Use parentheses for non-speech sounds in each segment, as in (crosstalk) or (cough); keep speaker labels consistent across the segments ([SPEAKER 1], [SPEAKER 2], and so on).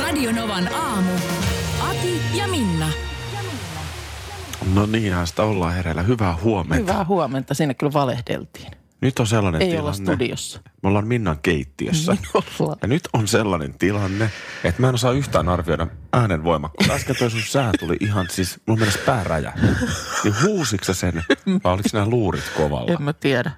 [SPEAKER 1] Radionovan aamu. Ati ja Minna.
[SPEAKER 2] No niinhän sitä ollaan hereillä. Hyvää huomenta.
[SPEAKER 3] Hyvää huomenta. Siinä kyllä valehdeltiin.
[SPEAKER 2] Nyt on sellainen
[SPEAKER 3] Ei
[SPEAKER 2] tilanne.
[SPEAKER 3] olla studiossa.
[SPEAKER 2] Me ollaan Minnan keittiössä.
[SPEAKER 3] Ollaan.
[SPEAKER 2] Ja nyt on sellainen tilanne, että mä en osaa yhtään arvioida äänen voimakkuutta. Äsken toi sun sää tuli ihan siis, mun mielestä pääräjä. Niin huusiks sä sen vai oliks nämä luurit kovalla?
[SPEAKER 3] En mä tiedä.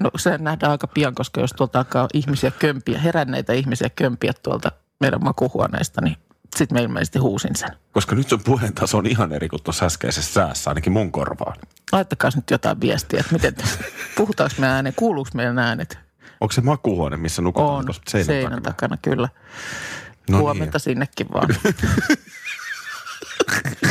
[SPEAKER 3] No se nähdään aika pian, koska jos tuolta alkaa ihmisiä kömpiä, heränneitä ihmisiä kömpiä tuolta meidän makuhuoneesta, niin sitten mä ilmeisesti huusin sen.
[SPEAKER 2] Koska nyt sun puheen taso on ihan eri kuin tuossa äskeisessä säässä, ainakin mun korvaan.
[SPEAKER 3] Laittakaa nyt jotain viestiä, että miten,
[SPEAKER 2] (laughs)
[SPEAKER 3] puhutaanko me ääneen, kuuluuko meidän äänet?
[SPEAKER 2] Onko se makuuhuone, missä nukutaan
[SPEAKER 3] On,
[SPEAKER 2] tuossa seinän,
[SPEAKER 3] seinän takana kyllä.
[SPEAKER 2] No
[SPEAKER 3] Huomenta sinnekin vaan.
[SPEAKER 2] (laughs)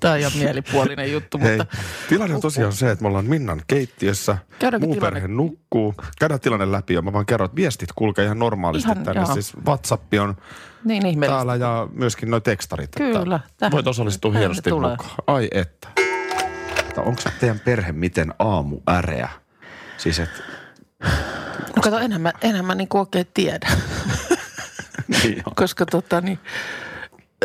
[SPEAKER 3] Tämä on ihan mielipuolinen juttu,
[SPEAKER 2] Hei,
[SPEAKER 3] mutta
[SPEAKER 2] tilanne on tosiaan se, että me ollaan Minnan keittiössä,
[SPEAKER 3] Käydäänkö
[SPEAKER 2] muu
[SPEAKER 3] tilanne-
[SPEAKER 2] perhe nukkuu. Käydään tilanne läpi ja mä vaan kerron, että viestit kulkee ihan normaalisti
[SPEAKER 3] Ihan,
[SPEAKER 2] ihan, tänne.
[SPEAKER 3] joo.
[SPEAKER 2] Joo. Siis WhatsApp on
[SPEAKER 3] niin ihmeellistä.
[SPEAKER 2] täällä ja myöskin noi tekstarit. että
[SPEAKER 3] Kyllä, tähän-
[SPEAKER 2] voit osallistua
[SPEAKER 3] tähän
[SPEAKER 2] hienosti
[SPEAKER 3] tulee.
[SPEAKER 2] mukaan. Ai että. Onko teidän perhe miten aamu äreä? Siis et,
[SPEAKER 3] No kato, enhän mä, enhän mä niinku oikein tiedä,
[SPEAKER 2] (laughs) niin on.
[SPEAKER 3] koska tota niin,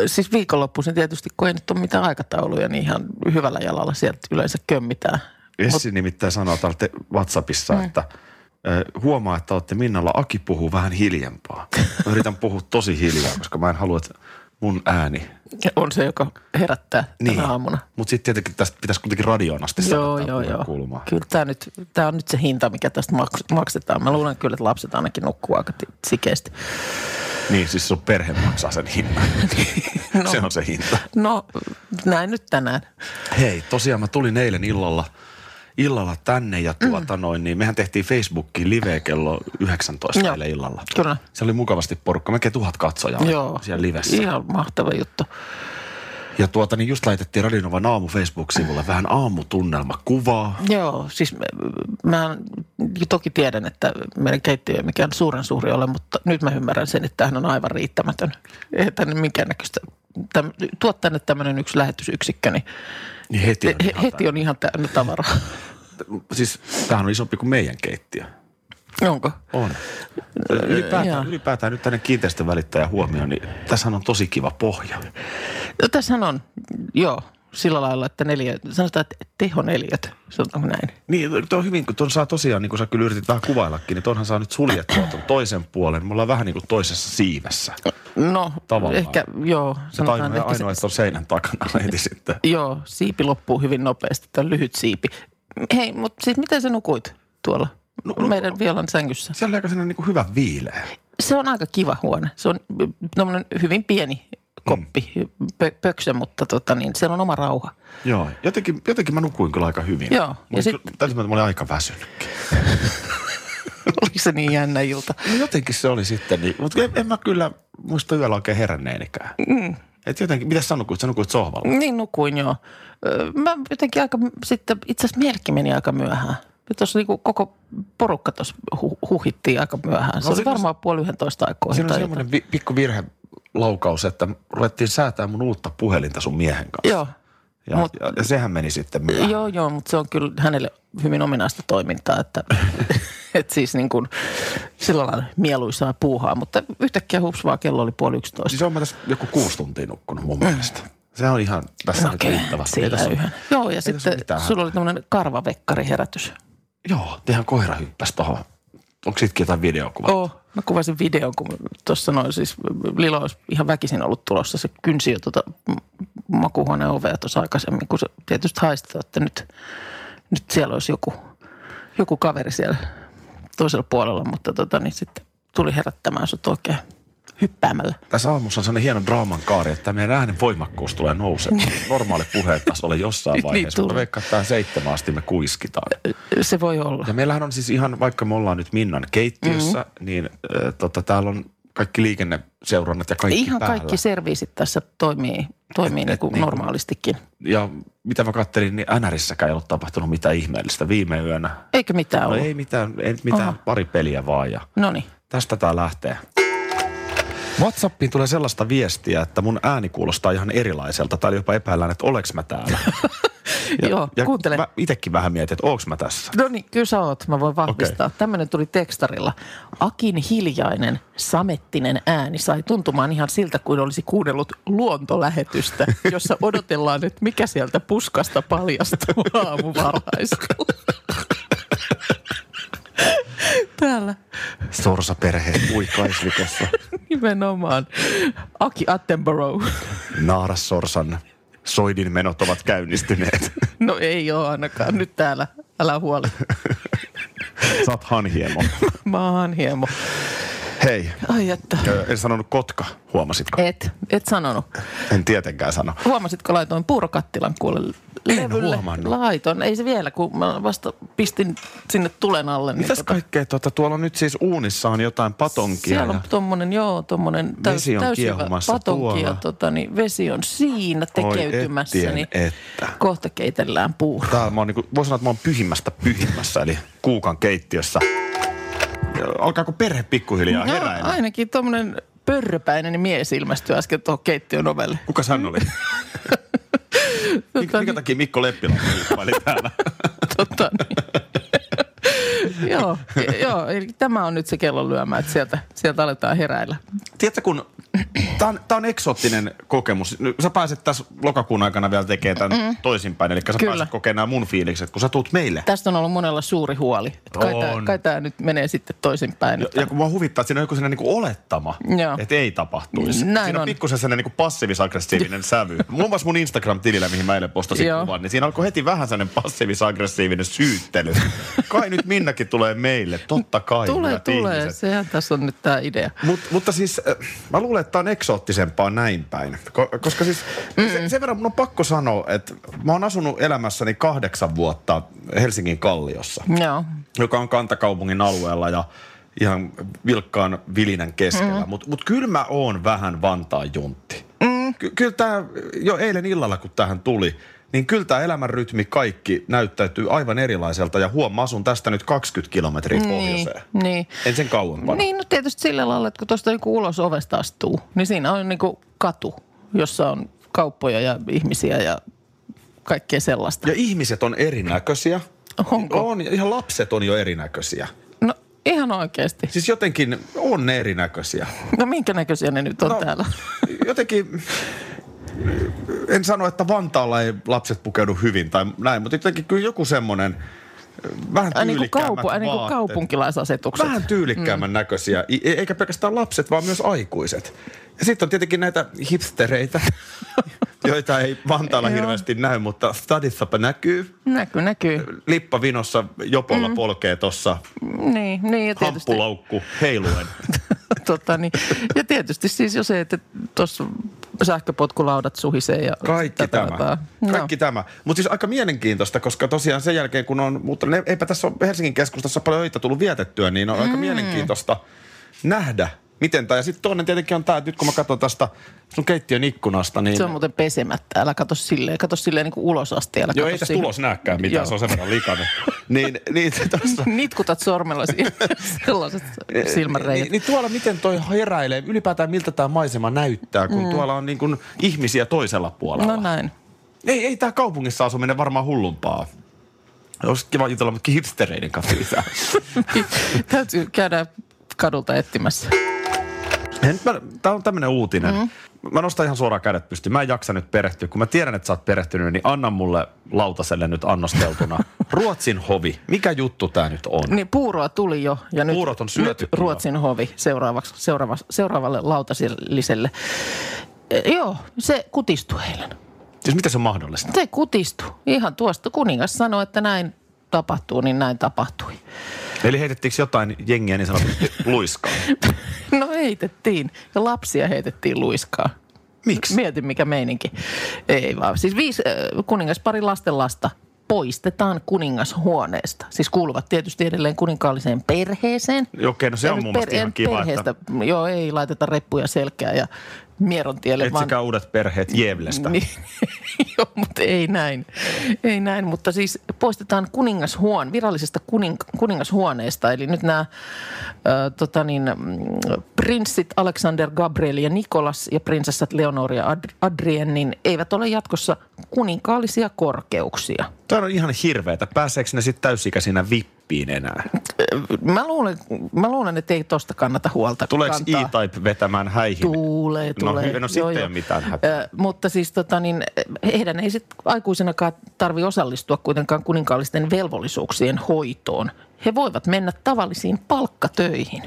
[SPEAKER 3] siis viikonloppuisin tietysti, kun ei nyt ole mitään aikatauluja, niin ihan hyvällä jalalla sieltä yleensä kömmitään.
[SPEAKER 2] Essi nimittäin sanoo täältä WhatsAppissa, mm. että ö, huomaa, että olette Minnalla. Aki puhuu vähän hiljempaa. Mä yritän puhua tosi hiljaa, koska mä en halua, että mun ääni
[SPEAKER 3] Ja on se, joka herättää niin. tänä aamuna.
[SPEAKER 2] Mutta sitten tietenkin tästä pitäisi kuitenkin radioon asti saada
[SPEAKER 3] Joo,
[SPEAKER 2] tää
[SPEAKER 3] joo,
[SPEAKER 2] puhe
[SPEAKER 3] joo.
[SPEAKER 2] kuulumaan.
[SPEAKER 3] Kyllä tämä, nyt, tämä on nyt se hinta, mikä tästä maks- maksetaan. Mä luulen kyllä, että lapset ainakin nukkuu aika ti- sikeästi.
[SPEAKER 2] Niin, siis sun perhe maksaa sen
[SPEAKER 3] (laughs)
[SPEAKER 2] hinnan. no. Se on se hinta.
[SPEAKER 3] No, näin nyt tänään.
[SPEAKER 2] Hei, tosiaan mä tulin eilen illalla, illalla tänne ja tuota mm. noin, niin mehän tehtiin Facebookiin live kello 19
[SPEAKER 3] Joo.
[SPEAKER 2] eilen illalla.
[SPEAKER 3] Kyllä.
[SPEAKER 2] Se oli mukavasti porukka, melkein tuhat katsojaa
[SPEAKER 3] Joo.
[SPEAKER 2] siellä livessä.
[SPEAKER 3] Ihan mahtava juttu.
[SPEAKER 2] Ja tuota, niin just laitettiin Radinovan aamu Facebook-sivulle vähän aamutunnelmakuvaa.
[SPEAKER 3] Joo, siis mä, mä toki tiedän, että meidän keittiö ei mikään suuren suuri ole, mutta nyt mä ymmärrän sen, että tämähän on aivan riittämätön. Ei tänne minkäännäköistä, täm, tuot tänne tämmöinen yksi lähetysyksikkö, niin
[SPEAKER 2] Niin heti on
[SPEAKER 3] he,
[SPEAKER 2] ihan
[SPEAKER 3] heti on ihan täynnä
[SPEAKER 2] (laughs)
[SPEAKER 3] tavaraa.
[SPEAKER 2] täynnä. Siis tämähän on isompi kuin meidän keittiö.
[SPEAKER 3] Onko?
[SPEAKER 2] On.
[SPEAKER 3] joo.
[SPEAKER 2] Ylipäätään, ylipäätään nyt tänne kiinteistövälittäjän huomioon, niin tässä on tosi kiva pohja.
[SPEAKER 3] No, tässähän on, joo, sillä lailla, että neljä, sanotaan, että tehoneliöt, sanotaanko näin.
[SPEAKER 2] Niin, tuo on hyvin, kun tuon saa tosiaan, niin kuin sä kyllä yritit vähän kuvaillakin, niin tuonhan saa nyt suljettua tuon toisen puolen. Me ollaan vähän niin kuin toisessa siivessä.
[SPEAKER 3] No,
[SPEAKER 2] Tavallaan.
[SPEAKER 3] ehkä, joo,
[SPEAKER 2] Se
[SPEAKER 3] sanotaan
[SPEAKER 2] taino ja
[SPEAKER 3] ehkä se,
[SPEAKER 2] ainoa, että on seinän takana (laughs) heti sitten.
[SPEAKER 3] joo, siipi loppuu hyvin nopeasti, tämä lyhyt siipi. Hei, mutta siis miten sä nukuit tuolla? meidän vielan sängyssä.
[SPEAKER 2] Siellä oli aika sellainen niin kuin hyvä viileä.
[SPEAKER 3] Se on aika kiva huone. Se on tommonen hyvin pieni koppi,
[SPEAKER 2] Mm.
[SPEAKER 3] pö- pöksö, mutta tota niin, siellä on oma rauha. (laughs)
[SPEAKER 2] Joo, jotenkin, jotenkin mä nukuin kyllä aika hyvin.
[SPEAKER 3] Joo, ja
[SPEAKER 2] Ja sit...
[SPEAKER 3] sit-
[SPEAKER 2] kyllä, täytyy sanoa, että mä olin aika väsynyt.
[SPEAKER 3] Oliko se niin jännä ilta?
[SPEAKER 2] No jotenkin se oli sitten, niin, mutta en, en mä kyllä muista yöllä oikein heränneenikä. Mm. Et jotenkin, mitä sä nukuit? Sä nukuit sohvalla.
[SPEAKER 3] Niin nukuin joo. Ö, Mä jotenkin aika, sitten itse asiassa mielikin meni aika myöhään. Tuossa niinku koko porukka tuossa hu- huhittiin aika myöhään. Se
[SPEAKER 2] No
[SPEAKER 3] no, oli
[SPEAKER 2] siinä on
[SPEAKER 3] varmaan puoli yhdentoista aikoihin.
[SPEAKER 2] Siinä on
[SPEAKER 3] tai jotain.
[SPEAKER 2] semmoinen vi- pikku virhe laukaus, että ruvettiin säätää mun uutta puhelinta sun miehen kanssa.
[SPEAKER 3] Joo.
[SPEAKER 2] Ja,
[SPEAKER 3] mut-
[SPEAKER 2] ja, ja sehän meni sitten myöhään.
[SPEAKER 3] Joo, joo, mutta se on kyllä hänelle hyvin ominaista toimintaa, että (laughs) et siis niin kuin sillä lailla mieluisaa puuhaa, mutta yhtäkkiä hups vaan kello oli puoli yksitoista.
[SPEAKER 2] Siis on mä tässä joku kuusi tuntia nukkunut mun mielestä. Se on ihan tässä nyt
[SPEAKER 3] Okei,
[SPEAKER 2] riittävästi. Ei
[SPEAKER 3] sillä
[SPEAKER 2] tässä-
[SPEAKER 3] yhden. Joo, ja
[SPEAKER 2] tässä
[SPEAKER 3] sitten
[SPEAKER 2] ole mitään
[SPEAKER 3] sulla oli tämmöinen karvavekkari herätys.
[SPEAKER 2] Joo, tehän koira hyppäsi tohon. Onko sitkin jotain videokuvaa?
[SPEAKER 3] Oo, mä kuvasin videon, kun tuossa noin siis Lilo olisi ihan väkisin ollut tulossa. Se kynsi jo tuota m- makuuhuoneen ovea tuossa aikaisemmin, kun se tietysti haistaa, että nyt, nyt siellä olisi joku, joku kaveri siellä toisella puolella, mutta tota, niin sitten tuli herättämään sut oikein hyppäämällä.
[SPEAKER 2] Tässä aamussa on sellainen hieno draaman kaari, että meidän äänen voimakkuus tulee nousemaan. Normaali puhe tässä oli jossain
[SPEAKER 3] (laughs) Niin
[SPEAKER 2] vaiheessa, mutta
[SPEAKER 3] tulee.
[SPEAKER 2] veikkaan, että tää seitsemän asti me kuiskitaan.
[SPEAKER 3] Se voi olla. Mhm.
[SPEAKER 2] Ja meillähän on siis ihan, vaikka me ollaan nyt Minnan keittiössä, mm-hmm. niin äh, tota, täällä on kaikki liikenneseurannat ja kaikki
[SPEAKER 3] Ihan
[SPEAKER 2] päällä.
[SPEAKER 3] kaikki serviisit tässä toimii, toimii
[SPEAKER 2] Et-
[SPEAKER 3] niin
[SPEAKER 2] et
[SPEAKER 3] kuin
[SPEAKER 2] niinku-
[SPEAKER 3] normaalistikin.
[SPEAKER 2] Ja mitä mä kattelin, niin NRissäkään ei ollut tapahtunut mitään ihmeellistä viime yönä.
[SPEAKER 3] Eikö mitään
[SPEAKER 2] No
[SPEAKER 3] ollut?
[SPEAKER 2] ei mitään, ei mitään
[SPEAKER 3] Oh. Aha.
[SPEAKER 2] pari peliä vaan ja
[SPEAKER 3] No niin.
[SPEAKER 2] tästä tää lähtee. Whatsappiin tulee sellaista viestiä, että mun ääni kuulostaa ihan erilaiselta. Täällä jopa epäillään, että oleks mä
[SPEAKER 3] (laughs)
[SPEAKER 2] täällä.
[SPEAKER 3] Joo, kuuntele.
[SPEAKER 2] Mä itekin vähän mietin, että onks mä tässä.
[SPEAKER 3] No niin, kyllä sä oot, mä voin vahvistaa. Okay. Tämmöinen tuli tekstarilla. Akin hiljainen, samettinen ääni sai tuntumaan ihan siltä, kuin olisi kuunnellut luontolähetystä, jossa odotellaan, että mikä sieltä puskasta paljastuu aamuvarhaisella. Täällä
[SPEAKER 2] Sorsa perhe uikaislikossa.
[SPEAKER 3] nimenomaan Aki Attenborough.
[SPEAKER 2] Naara Sorsan soidin menot ovat käynnistyneet.
[SPEAKER 3] No ei ole ainakaan nyt täällä, älä huoli.
[SPEAKER 2] (laughs) Sä oot hanhiemo.
[SPEAKER 3] Mä oon hiemo.
[SPEAKER 2] Hei,
[SPEAKER 3] Ai että.
[SPEAKER 2] ö, en sanonut kotka, huomasitko?
[SPEAKER 3] Et, et sanonut.
[SPEAKER 2] En tietenkään sano.
[SPEAKER 3] Huomasitko, laitoin puurokattilan kuule levylle?
[SPEAKER 2] huomannut.
[SPEAKER 3] Laitoin. Ei se vielä, kun mä vasta pistin sinne tulen alle. Niin
[SPEAKER 2] Mitäs kaikkea tuota, tuolla nyt siis uunissa on jotain patonkia.
[SPEAKER 3] siellä
[SPEAKER 2] ja-
[SPEAKER 3] on tommonen, joo, tommonen täys,
[SPEAKER 2] Vesi on
[SPEAKER 3] täysivä
[SPEAKER 2] kiehumassa
[SPEAKER 3] patonki ja
[SPEAKER 2] tuolla.
[SPEAKER 3] tota, niin vesi on siinä
[SPEAKER 2] Oi,
[SPEAKER 3] tekeytymässä,
[SPEAKER 2] ettien
[SPEAKER 3] niin
[SPEAKER 2] että.
[SPEAKER 3] kohta keitellään puuro.
[SPEAKER 2] Täällä mä oon niinku, voi sanoa, että mä oon pyhimmästä pyhimmässä, eli kuukan keittiössä. Alkaako perhe pikkuhiljaa
[SPEAKER 3] No,
[SPEAKER 2] heräillä?
[SPEAKER 3] ainakin tommonen pörröpäinen mies ilmestyi äsken tuohon keittiön
[SPEAKER 2] (laughs)
[SPEAKER 3] ovelle.
[SPEAKER 2] Kuka hän
[SPEAKER 3] (laughs) Tota
[SPEAKER 2] oli? Mik,
[SPEAKER 3] niin.
[SPEAKER 2] mikä takia Mikko Leppilä oli täällä?
[SPEAKER 3] Tota, niin. joo, joo, eli tämä on nyt se kellonlyömä, että sieltä, sieltä aletaan heräillä.
[SPEAKER 2] Tiedätkö, kun tämä on, tää on eksoottinen kokemus. Nyt Sä pääset tässä lokakuun aikana vielä tekemään tämän mm. toisinpäin, eli sä
[SPEAKER 3] Kyllä.
[SPEAKER 2] Kyllä. pääset kokemaan nämä mun fiilikset, kun sä tuut meille.
[SPEAKER 3] Tästä on ollut monella suuri huoli. Että Kai, tää,
[SPEAKER 2] On.
[SPEAKER 3] kai tää nyt menee sitten toisinpäin.
[SPEAKER 2] Ja, ja kun mua huvittaa, että siinä on joku sellainen niin olettama,
[SPEAKER 3] Joo.
[SPEAKER 2] että ei tapahtuisi.
[SPEAKER 3] Näin
[SPEAKER 2] siinä
[SPEAKER 3] on.
[SPEAKER 2] on pikkusen sellainen niin
[SPEAKER 3] (laughs)
[SPEAKER 2] passiivis-aggressiivinen sävy. Muun muassa mun Instagram-tilillä, mihin mä eilen postasin
[SPEAKER 3] Joo.
[SPEAKER 2] kuvan, niin siinä alkoi heti vähän sellainen passiivis-aggressiivinen
[SPEAKER 3] (laughs)
[SPEAKER 2] syyttely. Kai nyt Minnakin tulee meille, totta kai.
[SPEAKER 3] tulee,
[SPEAKER 2] hyvät
[SPEAKER 3] tulee.
[SPEAKER 2] ihmiset.
[SPEAKER 3] Sehän tässä on nyt tämä idea.
[SPEAKER 2] Mut, mutta siis äh, mä luulen, että tämä on eksoottisempaa näin päin. Ko- koska siis se, sen verran mun on pakko sanoa, että mä oon asunut elämässäni kahdeksan vuotta Helsingin Kalliossa,
[SPEAKER 3] Joo.
[SPEAKER 2] joka on kantakaupungin alueella ja ihan vilkkaan vilinän keskellä. Mm. Mutta mut kyllä mä oon vähän Vantaan juntti. Mm. Ky- kyllä tämä, jo eilen illalla kun tähän tuli, niin kyllä tämä elämän rytmi kaikki näyttäytyy aivan erilaiselta. Ja huom, mä asun tästä nyt 20 kilometriä pohjoiseen.
[SPEAKER 3] Niin.
[SPEAKER 2] En sen kauempana.
[SPEAKER 3] Niin, no tietysti sillä lailla, että kun tuosta joku ulos ovesta astuu, niin siinä on niinku katu, jossa on kauppoja ja ihmisiä ja kaikkea sellaista.
[SPEAKER 2] Ja ihmiset on erinäköisiä.
[SPEAKER 3] Onko?
[SPEAKER 2] On, ja ihan lapset on jo erinäköisiä.
[SPEAKER 3] No ihan oikeasti.
[SPEAKER 2] Siis jotenkin on ne erinäköisiä.
[SPEAKER 3] No minkä näköisiä ne nyt on no. täällä?
[SPEAKER 2] (laughs) Jotenkin, en sano, että Vantaalla ei lapset pukeudu hyvin tai näin, mutta jotenkin kyllä joku semmoinen vähän
[SPEAKER 3] Ai niin kuin,
[SPEAKER 2] tyylikkäämmät
[SPEAKER 3] kaupu, ai niin kuin
[SPEAKER 2] vaatteet.
[SPEAKER 3] kaupunkilaisasetukset.
[SPEAKER 2] Vähän tyylikkäämmän mm. näköisiä, I- e- eikä pelkästään lapset, vaan myös aikuiset. Ja sitten on tietenkin näitä hipstereitä, (laughs) joita ei Vantaalla
[SPEAKER 3] Joo.
[SPEAKER 2] hirveästi näy, mutta stadissapa näkyy.
[SPEAKER 3] Näkyy, näkyy.
[SPEAKER 2] lippavinossa, jopolla mm. polkee tuossa,
[SPEAKER 3] Niin, niin ja tietysti.
[SPEAKER 2] hamppulaukku
[SPEAKER 3] (laughs)
[SPEAKER 2] heiluen.
[SPEAKER 3] tota, niin, ja tietysti siis jo se, että tuossa sähköpotkulaudat suhisee ja
[SPEAKER 2] Kaikki
[SPEAKER 3] tätä
[SPEAKER 2] tämä.
[SPEAKER 3] dataa.
[SPEAKER 2] Kaikki tämä. Mutta siis aika mielenkiintoista, koska tosiaan sen jälkeen kun on, mutta ne, eipä tässä ole Helsingin keskustassa paljon öitä tullut vietettyä, niin on mm. aika mielenkiintoista nähdä, miten tämä. Ja sitten toinen tietenkin on tämä, että nyt kun mä katson tästä sun keittiön ikkunasta, niin...
[SPEAKER 3] Se on muuten pesemättä. Älä kato silleen, kato silleen niin kuin ulos asti. Älä
[SPEAKER 2] Joo,
[SPEAKER 3] kato
[SPEAKER 2] ei tässä
[SPEAKER 3] siihen.
[SPEAKER 2] tulos näkään mitään,
[SPEAKER 3] Joo.
[SPEAKER 2] se on sen verran likainen. niin,
[SPEAKER 3] (laughs)
[SPEAKER 2] niin tuossa...
[SPEAKER 3] Nitkutat sormella siinä
[SPEAKER 2] (laughs)
[SPEAKER 3] sellaiset silmänreijät.
[SPEAKER 2] Niin, niin tuolla miten toi heräilee, ylipäätään miltä tämä maisema näyttää, kun mm. tuolla on niin kuin ihmisiä toisella puolella.
[SPEAKER 3] No näin. (laughs)
[SPEAKER 2] Ei, ei tämä kaupungissa asuminen varmaan hullumpaa. Olisi kiva jutella mutta hipstereiden kanssa
[SPEAKER 3] (laughs)
[SPEAKER 2] lisää.
[SPEAKER 3] Täytyy käydä kadulta etsimässä.
[SPEAKER 2] tämä on tämmöinen uutinen.
[SPEAKER 3] Mm.
[SPEAKER 2] Mm-hmm. Mä nostan ihan suoraan kädet pystyyn. Mä en jaksa nyt perehtyä. Kun mä tiedän, että sä oot perehtynyt, niin anna mulle lautaselle nyt
[SPEAKER 3] (laughs)
[SPEAKER 2] annosteltuna. Ruotsin hovi. Mikä juttu tämä nyt on?
[SPEAKER 3] Niin puuroa tuli jo ja nyt,
[SPEAKER 2] Puurot on syöty
[SPEAKER 3] nyt
[SPEAKER 2] kyllä.
[SPEAKER 3] Ruotsin hovi seuraavaksi, seuraava, seuraavalle lautasilliselle. Eh, Joo, se kutistui eilen.
[SPEAKER 2] Siis miten se on mahdollista?
[SPEAKER 3] Se kutistui. Ihan tuosta kuningas sanoi, että näin tapahtuu, niin näin tapahtui.
[SPEAKER 2] Eli heitettiinkö jotain jengiä niin sanotusti
[SPEAKER 3] (laughs)
[SPEAKER 2] luiskaan?
[SPEAKER 3] No heitettiin. Ja lapsia heitettiin luiskaa.
[SPEAKER 2] Miksi?
[SPEAKER 3] Mietin, mikä meininki. Ei vaan. Siis viisi, äh, kuningaspari lasten lasta poistetaan kuningashuoneesta. Siis kuuluvat tietysti edelleen kuninkaalliseen perheeseen.
[SPEAKER 2] Okei, no se
[SPEAKER 3] Ja
[SPEAKER 2] on
[SPEAKER 3] nyt
[SPEAKER 2] mun mielestä ihan kiva,
[SPEAKER 3] perheestä,
[SPEAKER 2] että
[SPEAKER 3] että... Joo, ei laiteta reppuja selkää ja mieron tielle, vaan
[SPEAKER 2] etsikää uudet perheet Jevlestä.
[SPEAKER 3] Niin, (laughs) joo, mutta ei näin. Ei näin, mutta siis poistetaan kuningashuon, virallisesta kuning, kuningashuoneesta. Eli nyt nämä äh, tota niin, mm, prinssit Alexander Gabriel ja Nikolas ja prinsessat Leonor ja Ad- Adrien, niin eivät ole jatkossa kuninkaallisia korkeuksia.
[SPEAKER 2] Tämä on ihan hirveetä. Pääseekö ne sitten täysikäisinä vippiin enää?
[SPEAKER 3] Mä luulen, mä luulen että ei tosta kannata huolta
[SPEAKER 2] Tuleeko
[SPEAKER 3] kantaa.
[SPEAKER 2] E-Type vetämään häihin?
[SPEAKER 3] Tuulee,
[SPEAKER 2] No
[SPEAKER 3] tulee.
[SPEAKER 2] hyvä, no sitten ei ole mitään hätää.
[SPEAKER 3] Ö, mutta siis tota, niin, heidän ei sitten aikuisenakaan tarvi osallistua kuitenkaan kuninkaallisten velvollisuuksien hoitoon. He voivat mennä tavallisiin palkkatöihin.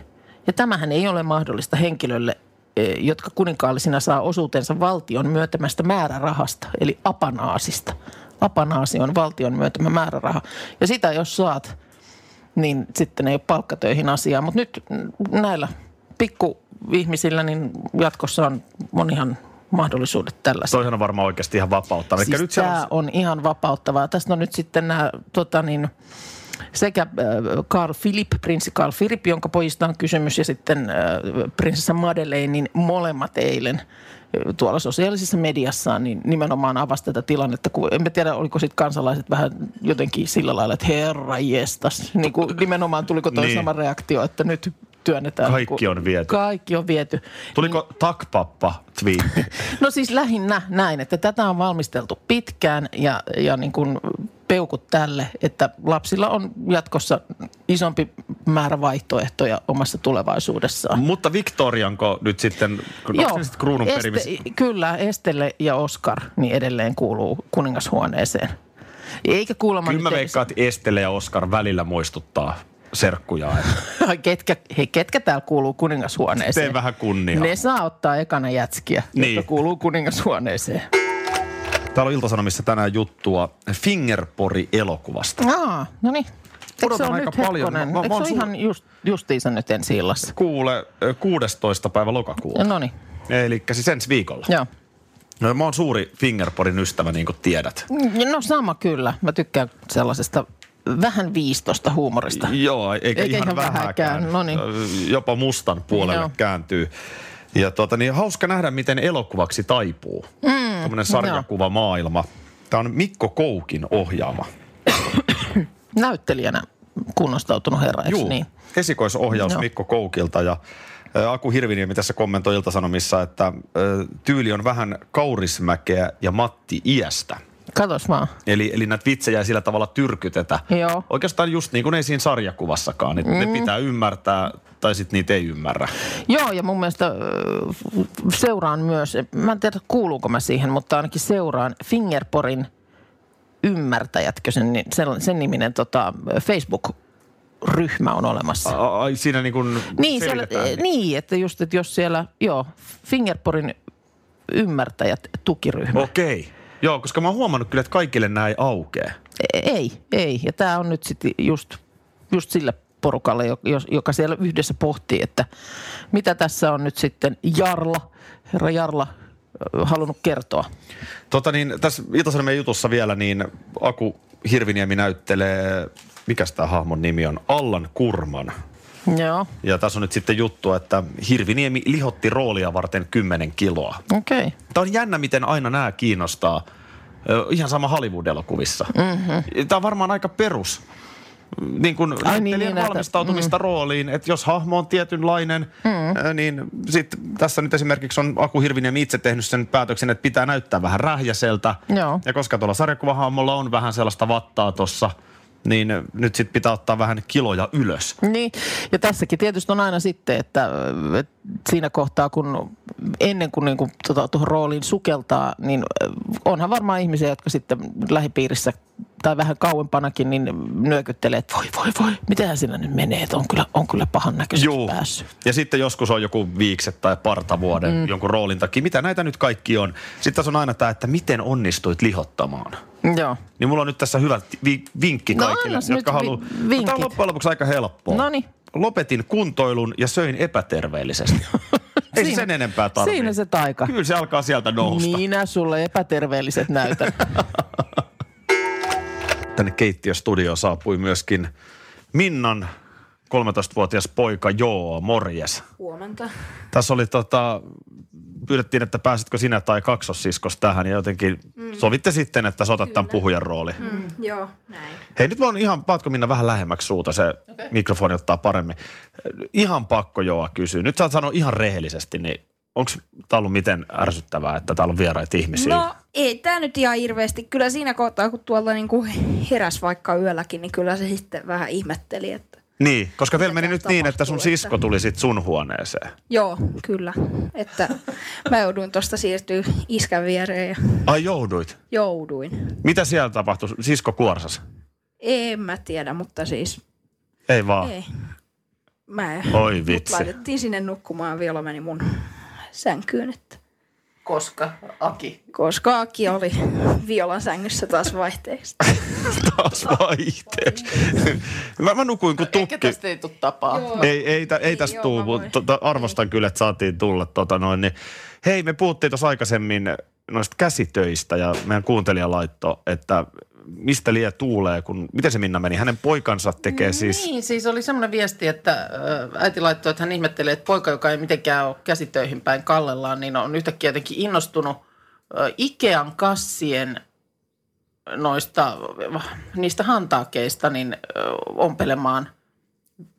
[SPEAKER 3] Ja tämähän ei ole mahdollista henkilölle, ö, jotka kuninkaallisina saa osuutensa valtion myötämästä määrärahasta, eli apanaasista. Apanaasi on valtion myötämä määräraha. Ja sitä jos saat – niin sitten ei ole palkkatöihin asiaa. Mutta nyt näillä pikkuihmisillä niin jatkossa on monihan mahdollisuudet tällaista.
[SPEAKER 2] Toihan on varmaan oikeasti ihan vapautta. Elikkä
[SPEAKER 3] Siis
[SPEAKER 2] nyt siellä
[SPEAKER 3] tämä
[SPEAKER 2] on...
[SPEAKER 3] on ihan vapauttavaa. Tästä on nyt sitten nämä tota niin, sekä äh, Carl Philip, prinssi Carl Philip, jonka pojista on kysymys, ja sitten äh, prinsessa Madeleine, niin molemmat eilen äh, tuolla sosiaalisessa mediassaan niin nimenomaan avasi tätä tilannetta, kun en mä tiedä, oliko sitten kansalaiset vähän jotenkin sillä lailla, että herra jestas. Niin kuin nimenomaan tuliko tuo
[SPEAKER 2] Niin.
[SPEAKER 3] niin. sama reaktio, että nyt työnnetään.
[SPEAKER 2] Kaikki
[SPEAKER 3] kun-
[SPEAKER 2] on viety.
[SPEAKER 3] Kaikki on viety.
[SPEAKER 2] Tuliko
[SPEAKER 3] Niin.
[SPEAKER 2] takpappa
[SPEAKER 3] (laughs)
[SPEAKER 2] twiitti?
[SPEAKER 3] No siis lähinnä näin, että tätä on valmisteltu pitkään ja, ja niin kuin peukut tälle, että lapsilla on jatkossa isompi määrä vaihtoehtoja omassa tulevaisuudessaan.
[SPEAKER 2] Mutta Victorianko nyt sitten, kun onko ne sitten kruunun perimis...
[SPEAKER 3] Kyllä, Estelle ja Oskar niin edelleen kuuluu kuningashuoneeseen. Eikä kuulemma
[SPEAKER 2] Kyllä mä
[SPEAKER 3] nyt-
[SPEAKER 2] veikkaan, että Estelle ja Oskar välillä muistuttaa serkkujaan.
[SPEAKER 3] Ai, ketkä, hei, ketkä täällä kuuluu (laughs) kuningashuoneeseen?
[SPEAKER 2] Tee vähän kunniaa.
[SPEAKER 3] Ne saa ottaa ekana jätskiä, niin.
[SPEAKER 2] Niin.
[SPEAKER 3] jotka kuuluu kuningashuoneeseen.
[SPEAKER 2] Täällä on Iltasanomissa tänään juttua Fingerpori-elokuvasta.
[SPEAKER 3] Aa, no niin. Eikö se
[SPEAKER 2] Odotan
[SPEAKER 3] ole
[SPEAKER 2] aika
[SPEAKER 3] nyt
[SPEAKER 2] paljon.
[SPEAKER 3] hetkonen?
[SPEAKER 2] Mä- mä
[SPEAKER 3] Eikö se
[SPEAKER 2] oon
[SPEAKER 3] ole
[SPEAKER 2] su-
[SPEAKER 3] ihan just, justiinsa nyt ensi illassa?
[SPEAKER 2] Kuule, ö, 16. päivä lokakuuta.
[SPEAKER 3] No niin,
[SPEAKER 2] Eli siis ensi viikolla.
[SPEAKER 3] joo.
[SPEAKER 2] No, mä oon suuri Fingerporin ystävä, niin kuin tiedät.
[SPEAKER 3] No sama kyllä. Mä tykkään sellaisesta vähän viistosta huumorista.
[SPEAKER 2] Joo, eikä, eikä ihan, ihan vähäkään.
[SPEAKER 3] no niin.
[SPEAKER 2] Ö, Jopa mustan puolelle
[SPEAKER 3] Joo.
[SPEAKER 2] kääntyy. Ja tuota, niin hauska nähdä, miten elokuvaksi taipuu. Mm, Tämmöinen sarjakuvamaailma. Tämä on Mikko Koukin ohjaama.
[SPEAKER 3] Näyttelijänä kunnostautunut herra, eikö
[SPEAKER 2] Juu,
[SPEAKER 3] niin?
[SPEAKER 2] esikoisohjaus
[SPEAKER 3] Joo.
[SPEAKER 2] Mikko Koukilta ja ö, Aku Hirviniemi tässä kommentoi Iltasanomissa, että ö, tyyli on vähän Kaurismäkeä ja Matti Iästä.
[SPEAKER 3] Katos vaan.
[SPEAKER 2] Eli, eli näitä vitsejä ei sillä tavalla tyrkytetä.
[SPEAKER 3] Joo.
[SPEAKER 2] Oikeastaan just niin kuin ei siinä sarjakuvassakaan. Että mm. Ne pitää ymmärtää tai sitten niitä ei ymmärrä.
[SPEAKER 3] Joo, ja mun mielestä ö, seuraan myös, mä en tiedä kuuluuko mä siihen, mutta ainakin seuraan Fingerporin ymmärtäjätkö sen, ni- sen, sen niminen tota, Facebook-ryhmä on olemassa.
[SPEAKER 2] A- Ai siinä niin kuin
[SPEAKER 3] Niin, siellä, niin, että just, että jos siellä, joo, Fingerporin ymmärtäjät tukiryhmä. Oh.
[SPEAKER 2] Okei. Joo, koska mä oon huomannut kyllä, että kaikille nämä ei aukea.
[SPEAKER 3] E- Ei, ei. Ja tämä on nyt sitten just, just sillä porukalle, jo- jos- joka siellä yhdessä pohtii, että mitä tässä on nyt sitten Jarla, herra Jarla, ö, halunnut kertoa.
[SPEAKER 2] Tota niin, tässä Ilta-Sanomien jutussa vielä, niin Aku Hirviniemi näyttelee, mikä tämä hahmon nimi on, Allan Kurman.
[SPEAKER 3] Joo,
[SPEAKER 2] Ja tässä on nyt sitten juttu, että Hirviniemi lihotti roolia varten 10 kiloa.
[SPEAKER 3] okei. Okay.
[SPEAKER 2] Tämä on jännä, miten aina nämä kiinnostaa. Ö, Ihan sama Hollywood-elokuvissa. Mm-hmm. Tämä on varmaan aika perus. Niin kuin
[SPEAKER 3] Mhm. Ai niin,
[SPEAKER 2] näyttelijän
[SPEAKER 3] niin, näitä-
[SPEAKER 2] valmistautumista rooliin, että jos hahmo on tietynlainen,
[SPEAKER 3] Mm.
[SPEAKER 2] ö, niin sit tässä nyt esimerkiksi on Aku Hirvinen itse tehnyt sen päätöksen, että pitää näyttää vähän rähjäseltä.
[SPEAKER 3] Joo.
[SPEAKER 2] Ja koska tuolla sarjakuvahahmolla on vähän sellaista vattaa tuossa, niin nyt sit pitää ottaa vähän kiloja ylös.
[SPEAKER 3] Niin, ja tässäkin tietysti on aina sitten, että ö, et siinä kohtaa, kun ennen kuin, niin kuin tota, tuohon rooliin sukeltaa, niin ö, onhan varmaan ihmisiä, jotka sitten lähipiirissä tai vähän kauempanakin, niin nyökyttelee, että voi voi voi, mitähän siinä nyt menee, että on kyllä, on kyllä pahan näköisesti
[SPEAKER 2] Juu.
[SPEAKER 3] päässyt.
[SPEAKER 2] Ja sitten joskus on joku viikset tai partavuoden mm. jonkun roolin takia. Mitä näitä nyt kaikki on? Sitten tässä on aina tämä, että miten onnistuit lihottamaan.
[SPEAKER 3] Joo.
[SPEAKER 2] Niin mulla on nyt tässä hyvä ti- vi- vinkki
[SPEAKER 3] No
[SPEAKER 2] kaikille,
[SPEAKER 3] annas
[SPEAKER 2] jotka
[SPEAKER 3] nyt vi-
[SPEAKER 2] haluaa.
[SPEAKER 3] vinkit.
[SPEAKER 2] Tämä on loppujen lopuksi aika helppoa.
[SPEAKER 3] Noniin.
[SPEAKER 2] Lopetin kuntoilun ja söin
[SPEAKER 3] (laughs)
[SPEAKER 2] epäterveellisesti. Ei se
[SPEAKER 3] Siinä-
[SPEAKER 2] sen enempää tarvitse.
[SPEAKER 3] siinä se taika. Niin.
[SPEAKER 2] Kyllä se alkaa sieltä nousta.
[SPEAKER 3] Minä sulle epäterveelliset näytän.
[SPEAKER 2] Että tänne keittiöstudioon saapui myöskin Minnan 13-vuotias poika Joo, morjes.
[SPEAKER 4] Huomenta.
[SPEAKER 2] Tässä oli tota, pyydettiin, että pääsetkö sinä tai kaksossiskos tähän ja jotenkin mm. sovitte sitten, että sä otat tämän puhujan rooli. Mm.
[SPEAKER 4] Mm, (laughs) joo, näin.
[SPEAKER 2] Hei nyt mä oon ihan, paatko Minna vähän lähemmäksi suuta, se okay. mikrofoni ottaa paremmin. Ihan pakko Joa kysyä. Nyt saat sanoa ihan rehellisesti, niin onko tää ollut miten ärsyttävää, että täällä on vieraita ihmisiä?
[SPEAKER 4] No ei tämä nyt ihan hirveästi. Kyllä siinä kohtaa, kun tuolla niinku heräs vaikka yölläkin, niin kyllä se sitten vähän ihmetteli, että
[SPEAKER 2] Niin, koska teillä
[SPEAKER 4] Mitä
[SPEAKER 2] meni
[SPEAKER 4] täällä
[SPEAKER 2] nyt niin, että sun
[SPEAKER 4] tapahtuu,
[SPEAKER 2] sisko
[SPEAKER 4] että-
[SPEAKER 2] tuli sit sun huoneeseen.
[SPEAKER 4] joo, kyllä. Että mä jouduin tuosta siirtyä iskän viereen ja
[SPEAKER 2] Ai jouduit.
[SPEAKER 4] jouduin.
[SPEAKER 2] Mitä siellä tapahtui? Sisko kuorsas?
[SPEAKER 4] En mä tiedä, mutta siis
[SPEAKER 2] Ei vaan.
[SPEAKER 4] ei. Mä,
[SPEAKER 2] Oi
[SPEAKER 4] mut
[SPEAKER 2] vitsi.
[SPEAKER 4] laitettiin sinne nukkumaan vielä meni mun sänkyyn, että
[SPEAKER 3] (laughs) Koska Aki.
[SPEAKER 4] koska Aki oli Violan sängyssä taas vaihteeksi.
[SPEAKER 2] Taas vaihteeksi. mä, mä nukuin
[SPEAKER 4] No,
[SPEAKER 2] kuin
[SPEAKER 3] Eikä
[SPEAKER 2] tukki.
[SPEAKER 3] tästä ei tule tapaa.
[SPEAKER 2] Ei, ei, tä- ei
[SPEAKER 4] Ei,
[SPEAKER 2] tästä
[SPEAKER 4] joo,
[SPEAKER 2] tuu,
[SPEAKER 4] mä
[SPEAKER 2] mutta
[SPEAKER 4] voin.
[SPEAKER 2] tota, arvostan kyllä, että saatiin tulla. Tota noin, niin. Hei, me puhuttiin tuossa aikaisemmin noista käsitöistä ja meidän kuuntelija laittoi, että mistä lie tuulee, kun, miten se Minna meni? Hänen poikansa
[SPEAKER 4] Mm,
[SPEAKER 2] tekee siis,
[SPEAKER 3] Niin, siis oli semmoinen viesti, että ö, äiti laittoi, että hän ihmettelee, että poika, joka ei mitenkään ole käsitöihin päin kallellaan, niin on yhtäkkiä jotenkin innostunut ö, Ikean kassien noista, niistä hantaakeista, niin ö, ompelemaan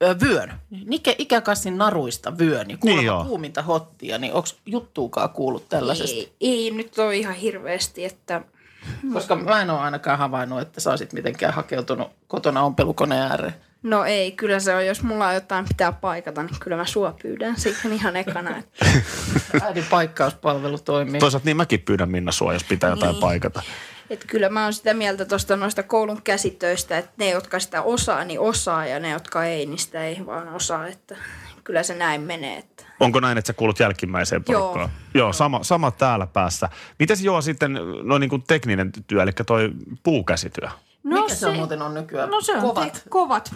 [SPEAKER 3] ö, vyön. Nike, ikäkassin naruista vyön, ja kuulemma
[SPEAKER 2] Niin joo.
[SPEAKER 3] niin kuuminta hottia, niin onko juttuukaan kuullut tällaisesta?
[SPEAKER 4] Ei, ei nyt ole ihan hirveästi, että
[SPEAKER 3] Koska mä en ole ainakaan havainnut, että sä olisit mitenkään hakeutunut kotona ompelukoneen ääreen.
[SPEAKER 4] No ei, kyllä se on, jos mulla on jotain pitää paikata, niin kyllä mä sua pyydän siihen ihan ekana. että-
[SPEAKER 3] Äidin paikkauspalvelu toimii.
[SPEAKER 2] toisaalta niin mäkin pyydän Minna sua, jos pitää jotain
[SPEAKER 4] Niin.
[SPEAKER 2] paikata.
[SPEAKER 4] Et kyllä mä oon sitä mieltä tuosta noista koulun käsitöistä, että ne, jotka sitä osaa, niin osaa ja ne, jotka ei, niin sitä ei vaan osaa. Että kyllä se näin menee. Että.
[SPEAKER 2] Onko näin, että sä kuulut jälkimmäiseen
[SPEAKER 4] Joo.
[SPEAKER 2] porukkaan? Joo, Joo sama, sama täällä päässä. Mites Joo sitten, no niin kuin tekninen työ, eli toi puukäsityö?
[SPEAKER 4] No
[SPEAKER 3] Mikä se, se muuten on nykyään?
[SPEAKER 4] No se on
[SPEAKER 3] kovat.
[SPEAKER 4] te- kovat.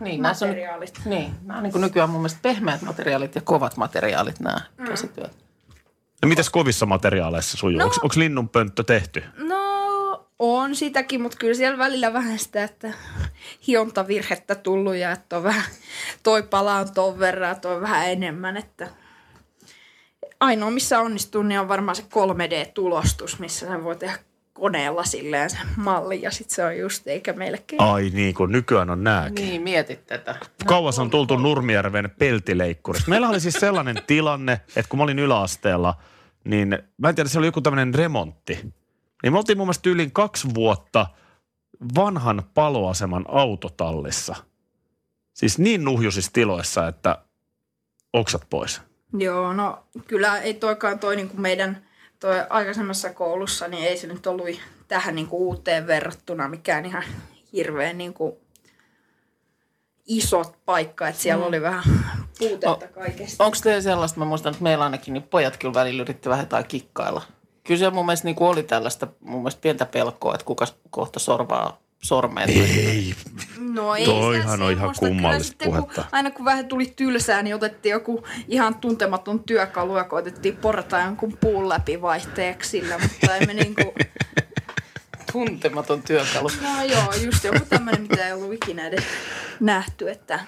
[SPEAKER 3] niin, näissä
[SPEAKER 4] materiaalit.
[SPEAKER 3] On, niin, nämä on niin kuin nykyään mun mielestä pehmeät materiaalit ja kovat materiaalit nämä mm. käsityöt.
[SPEAKER 2] No mites kovissa materiaaleissa sujuu? No. Onko linnunpönttö tehty?
[SPEAKER 4] No on sitäkin, mutta kyllä siellä välillä vähän sitä, että hiontavirhettä tullut ja että on vähän, toi pala on ton verran ja toi vähän enemmän, että ainoa missä onnistuu, niin on varmaan se 3D-tulostus, missä sä voi tehdä koneella silleen se malli ja sit se on just eikä melkein.
[SPEAKER 2] Ai niin, kun nykyään on nääkin.
[SPEAKER 3] Niin, mietit tätä.
[SPEAKER 2] Kauas on tultu Nurmijärven peltileikkurista. Meillä oli siis sellainen tilanne, että kun mä olin yläasteella, niin mä en tiedä, siellä oli joku tämmöinen remontti. Niin me oltiin mun mielestä yli kaksi vuotta vanhan paloaseman autotallissa. Siis niin nuhjusissa tiloissa, että oksat pois.
[SPEAKER 4] Joo, no kyllä ei toikaan toi niin kuin meidän toi aikaisemmassa koulussa, niin ei se nyt ollut tähän niin kuin uuteen verrattuna mikään ihan hirveän niin kuin isot paikka, että siellä mm. oli vähän puutetta
[SPEAKER 3] O-
[SPEAKER 4] kaikesta.
[SPEAKER 3] Onko teillä sellaista, mä muistan, että meillä ainakin niin pojat kyllä välillä yritti vähän jotain kikkailla. Kyllä se mun mielestä niin kuin oli tällaista mun mielestä pientä pelkoa, että kuka kohta sorvaa sormeet.
[SPEAKER 2] Ei.
[SPEAKER 4] No ei
[SPEAKER 2] Toihan on
[SPEAKER 4] sitä semmoista.
[SPEAKER 2] ihan
[SPEAKER 4] Kyllä
[SPEAKER 2] kummallista
[SPEAKER 4] sitten, kun-
[SPEAKER 2] puhetta.
[SPEAKER 4] Aina kun vähän tuli tylsää, niin otettiin joku ihan tuntematon työkalu ja koitettiin porata jonkun puun läpi vaihteeksi sillä, mutta emme niin
[SPEAKER 2] (laughs)
[SPEAKER 4] kuin,
[SPEAKER 3] Tuntematon työkalu.
[SPEAKER 4] no joo, just joku tämmöinen, mitä ei ollut ikinä edes nähty, että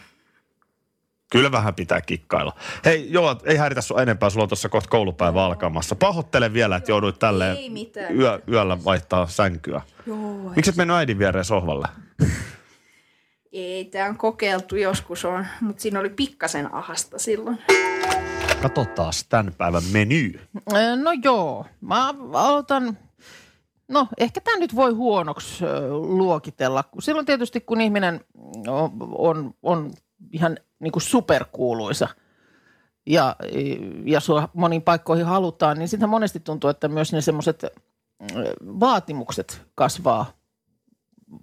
[SPEAKER 2] Kyllä vähän pitää kikkailla. Hei, joo, ei häiritä sua enempää, sulla on tuossa kohta koulupäivä alkamassa. Pahoittelen vielä, että jouduit tälleen
[SPEAKER 4] Ei mitään.
[SPEAKER 2] yö, yöllä vaihtaa sänkyä.
[SPEAKER 4] joo,
[SPEAKER 2] Miksi et mennyt äidin viereen sohvalle?
[SPEAKER 4] Ei, tämä on kokeiltu joskus on, mutta siinä oli pikkasen ahasta silloin.
[SPEAKER 2] Katsotaan tämän päivän meny.
[SPEAKER 3] Öö, No joo, mä aloitan, no ehkä tämä nyt voi huonoksi öö, luokitella. kun Silloin tietysti kun ihminen on, on, on ihan niin kuin superkuuluisa ja, ja sua moniin paikkoihin halutaan, niin sitä monesti tuntuu, että myös ne semmoiset öö, vaatimukset kasvaa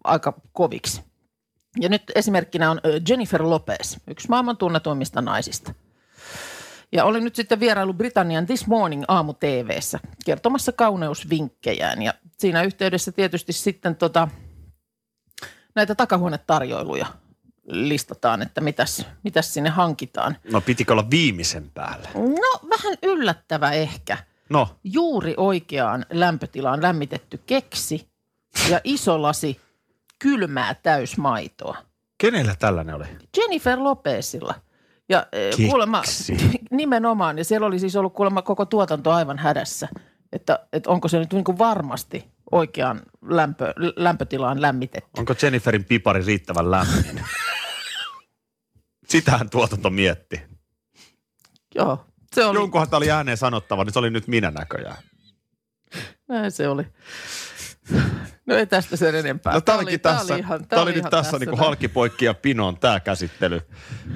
[SPEAKER 3] aika koviksi. Ja nyt esimerkkinä on öö, Jennifer Lopez, yksi maailman tunnetuimmista naisista. Ja olin nyt sitten vierailu Britannian This Morning aamu TV:ssä kertomassa kauneusvinkkejään. Ja siinä yhteydessä tietysti sitten tota, näitä takahuonetarjoiluja listataan, että mitäs, mitäs sinne hankitaan.
[SPEAKER 2] No pitikö olla viimeisen päälle?
[SPEAKER 3] No vähän yllättävä ehkä.
[SPEAKER 2] No,
[SPEAKER 3] Juuri oikeaan lämpötilaan lämmitetty keksi ja iso lasi kylmää täysmaitoa.
[SPEAKER 2] Kenellä tällainen oli?
[SPEAKER 3] Jennifer Lopezilla. Ja Keksi. kuulemma (laughs) nimenomaan, ja siellä oli siis ollut kuulemma koko tuotanto aivan hädässä, että, että onko se nyt niin kuin varmasti oikeaan lämpö, lämpötilaan lämmitetty.
[SPEAKER 2] Onko Jenniferin pipari riittävän lämmin? Sitähän tuotanto mietti.
[SPEAKER 3] Joo, se oli.
[SPEAKER 2] Jonkunhan tämä oli ääneen sanottava, niin se oli nyt minä näköjään.
[SPEAKER 3] Näin se oli. No ei tästä sen enempää.
[SPEAKER 2] No, tämä olikin tässä, tää oli, ihan, tää oli nyt tässä, tässä niin halkipoikki ja pinoon tämä käsittely.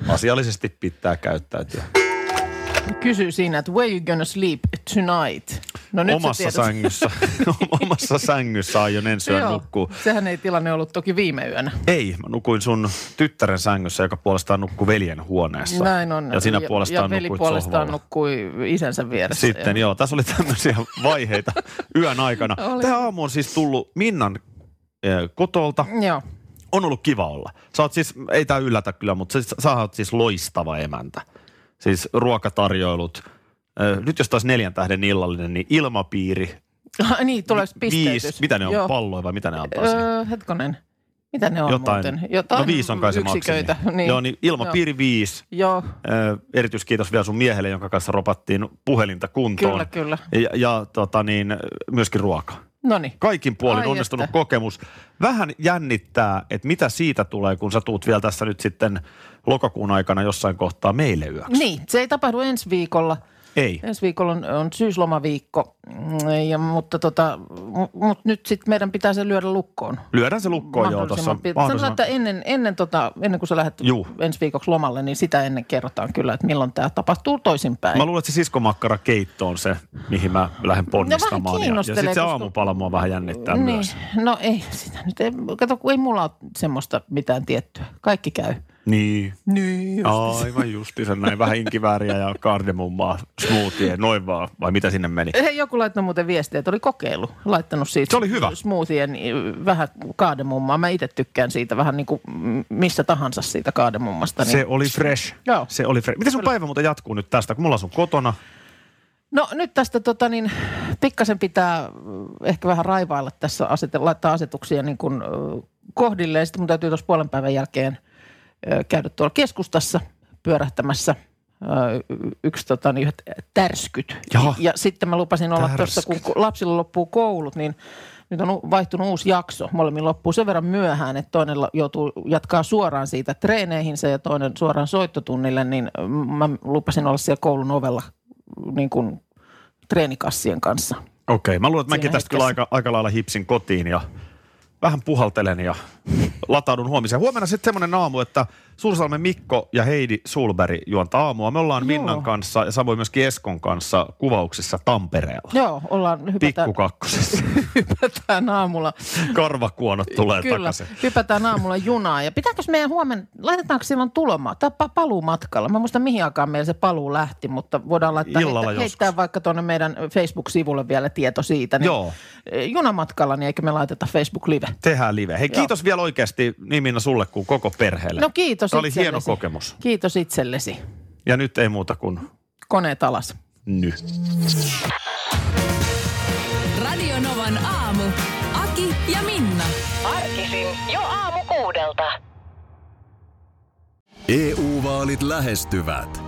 [SPEAKER 2] Asiallisesti pitää käyttäytyä.
[SPEAKER 3] Kysyy siinä, että where you gonna sleep tonight? No nyt sä
[SPEAKER 2] omassa
[SPEAKER 3] tiedät.
[SPEAKER 2] sängyssä, (laughs) omassa sängyssä aion ensi yön
[SPEAKER 3] Joo,
[SPEAKER 2] nukkua.
[SPEAKER 3] Sehän ei tilanne ollut toki viime yönä.
[SPEAKER 2] Ei, mä nukuin sun tyttären sängyssä, joka puolestaan nukkuu veljen huoneessa.
[SPEAKER 3] Näin on.
[SPEAKER 2] Ja sinä
[SPEAKER 3] ja,
[SPEAKER 2] puolestaan
[SPEAKER 3] ja veli
[SPEAKER 2] nukuit
[SPEAKER 3] puolestaan
[SPEAKER 2] sohvalla.
[SPEAKER 3] nukkui isänsä vieressä.
[SPEAKER 2] Sitten
[SPEAKER 3] ja,
[SPEAKER 2] joo, tässä oli tämmöisiä
[SPEAKER 3] (laughs)
[SPEAKER 2] vaiheita yön aikana.
[SPEAKER 3] Oli.
[SPEAKER 2] Tämä aamu on siis tullut Minnan eh, kotolta.
[SPEAKER 3] Joo. (laughs)
[SPEAKER 2] On ollut kiva olla. Sä oot siis, ei tää yllätä kyllä, mutta sä, sä oot siis loistava emäntä. Siis ruokatarjoilut. Eh, Nyt jos taas neljän tähden illallinen, niin ilmapiiri.
[SPEAKER 3] Ah, niin, tuleeko pisteytys?
[SPEAKER 2] Viisi, mitä ne on, joo. palloja vai mitä ne antaa siihen?
[SPEAKER 3] öö, hetkonen. Mitä ne on
[SPEAKER 2] Jotain.
[SPEAKER 3] muuten? Jotain
[SPEAKER 2] no viisi on kai se
[SPEAKER 3] yksiköitä. (laughs)
[SPEAKER 2] maksimi.
[SPEAKER 3] Niin.
[SPEAKER 2] Joo, niin ilmapiiri viisi.
[SPEAKER 3] Joo. Joo.
[SPEAKER 2] Ö, erityiskiitos vielä sun miehelle, jonka kanssa ropattiin puhelinta kuntoon.
[SPEAKER 3] Kyllä, kyllä.
[SPEAKER 2] Ja, ja tota niin, myöskin ruoka.
[SPEAKER 3] No niin.
[SPEAKER 2] Kaikin puolin
[SPEAKER 3] Ai
[SPEAKER 2] onnistunut
[SPEAKER 3] että.
[SPEAKER 2] kokemus. Vähän jännittää, että mitä siitä tulee, kun sä tuut vielä tässä nyt sitten lokakuun aikana jossain kohtaa meille yöksi.
[SPEAKER 3] Niin, se ei tapahdu ensi viikolla.
[SPEAKER 2] Ei.
[SPEAKER 3] Ensi viikolla on, on syyslomaviikko, Mm, ja, mutta tota, mu- mut nyt sitten meidän pitää se lyödä lukkoon.
[SPEAKER 2] Lyödään se lukkoon joo tuossa.
[SPEAKER 3] Mahdollisimman pian. Sanotaan, että ennen, ennen, tota, ennen kuin sä lähdet
[SPEAKER 2] Juu.
[SPEAKER 3] ensi viikoksi lomalle, niin sitä ennen kerrotaan kyllä, että milloin tämä tapahtuu toisinpäin.
[SPEAKER 2] Mä luulen, että se siskomakkara keitto on se, mihin mä lähden ponnistamaan. ja- ja
[SPEAKER 3] No kiinnostelee,
[SPEAKER 2] sitten se
[SPEAKER 3] koska-
[SPEAKER 2] aamupala mua vähän jännittää
[SPEAKER 3] niin.
[SPEAKER 2] myös.
[SPEAKER 3] No ei sitä nyt. Ei, kato, kun ei mulla ole semmoista mitään tiettyä. Kaikki käy.
[SPEAKER 2] Niin.
[SPEAKER 3] Niin.
[SPEAKER 2] Aivan justiinsa näin. Vähän inkivääriä ja kardemummaa, smoothie, noin vaan. Vai mitä sinne meni?
[SPEAKER 3] Hei, joku laittoi muuten viestiä, että oli kokeilu. Laittanut siitä
[SPEAKER 2] Se oli hyvä.
[SPEAKER 3] smoothien niin, vähän kaademummaa. Mä itse tykkään siitä vähän niin kuin mm, missä tahansa siitä kaademummasta. Niin.
[SPEAKER 2] Se oli fresh.
[SPEAKER 3] Joo.
[SPEAKER 2] Se oli fresh. Miten sun päivä muuten jatkuu nyt tästä, kun mulla on sun kotona?
[SPEAKER 3] No nyt tästä tota niin, pikkasen pitää mm, ehkä vähän raivailla tässä, asete, laittaa asetuksia niin kuin, ö, kohdilleen. Sitten mun täytyy tuossa puolen päivän jälkeen ö, käydä tuolla keskustassa pyörähtämässä ö, y- yksi tota niin, yhdet tärskyt.
[SPEAKER 2] Jaha.
[SPEAKER 3] Ja sitten mä lupasin olla tuossa, kun
[SPEAKER 2] Tärskyt.
[SPEAKER 3] ku- lapsilla loppuu koulut, niin nyt on u- vaihtunut uusi jakso. Molemmin loppuu sen verran myöhään, että toinen la- joutuu jatkaa suoraan siitä treeneihinsä ja toinen suoraan soittotunnille, niin ö, mä lupasin olla siellä koulun ovella niin kuin treenikassien kanssa.
[SPEAKER 2] Okei, okay, mä luulen, että mäkin
[SPEAKER 3] Siinä
[SPEAKER 2] tästä kyllä
[SPEAKER 3] hetkessä.
[SPEAKER 2] aika, aika lailla hipsin kotiin ja vähän puhaltelen ja lataudun huomiseen. Huomenna sitten semmoinen aamu, että Suursalmen Mikko ja Heidi Sulberg juontaa aamua. Me ollaan Joo. Minnan kanssa ja samoin myöskin Eskon kanssa kuvauksissa Tampereella.
[SPEAKER 3] Joo, ollaan hypätään,
[SPEAKER 2] Pikku kakkosessa.
[SPEAKER 3] (laughs) hypätään aamulla.
[SPEAKER 2] Karvakuonot tulee
[SPEAKER 3] Kyllä,
[SPEAKER 2] takaisin.
[SPEAKER 3] hypätään aamulla junaa. Ja pitääkö meidän huomenna, laitetaanko silloin tuloma tai pa- paluu matkalla? Mä en muista mihin aikaan meillä se paluu lähti, mutta voidaan laittaa
[SPEAKER 2] Illalla
[SPEAKER 3] heittää,
[SPEAKER 2] joskus.
[SPEAKER 3] heittää vaikka tuonne meidän Facebook-sivulle vielä tieto siitä. Niin
[SPEAKER 2] Joo.
[SPEAKER 3] eh, Junamatkalla, niin eikö me laiteta Facebook-live?
[SPEAKER 2] Tehdään live. Hei,
[SPEAKER 3] Joo.
[SPEAKER 2] kiitos vielä oikeasti niin Minna sulle kuin koko perheelle.
[SPEAKER 3] No kiitos
[SPEAKER 2] Tämä oli
[SPEAKER 3] itsellesi.
[SPEAKER 2] hieno kokemus.
[SPEAKER 3] Kiitos itsellesi.
[SPEAKER 2] Ja nyt ei muuta kuin
[SPEAKER 3] Koneet alas.
[SPEAKER 2] nyt.
[SPEAKER 1] Radio Novan aamu. Aki ja Minna.
[SPEAKER 5] Arkisin jo aamu kuudelta.
[SPEAKER 6] EU-vaalit E lähestyvät.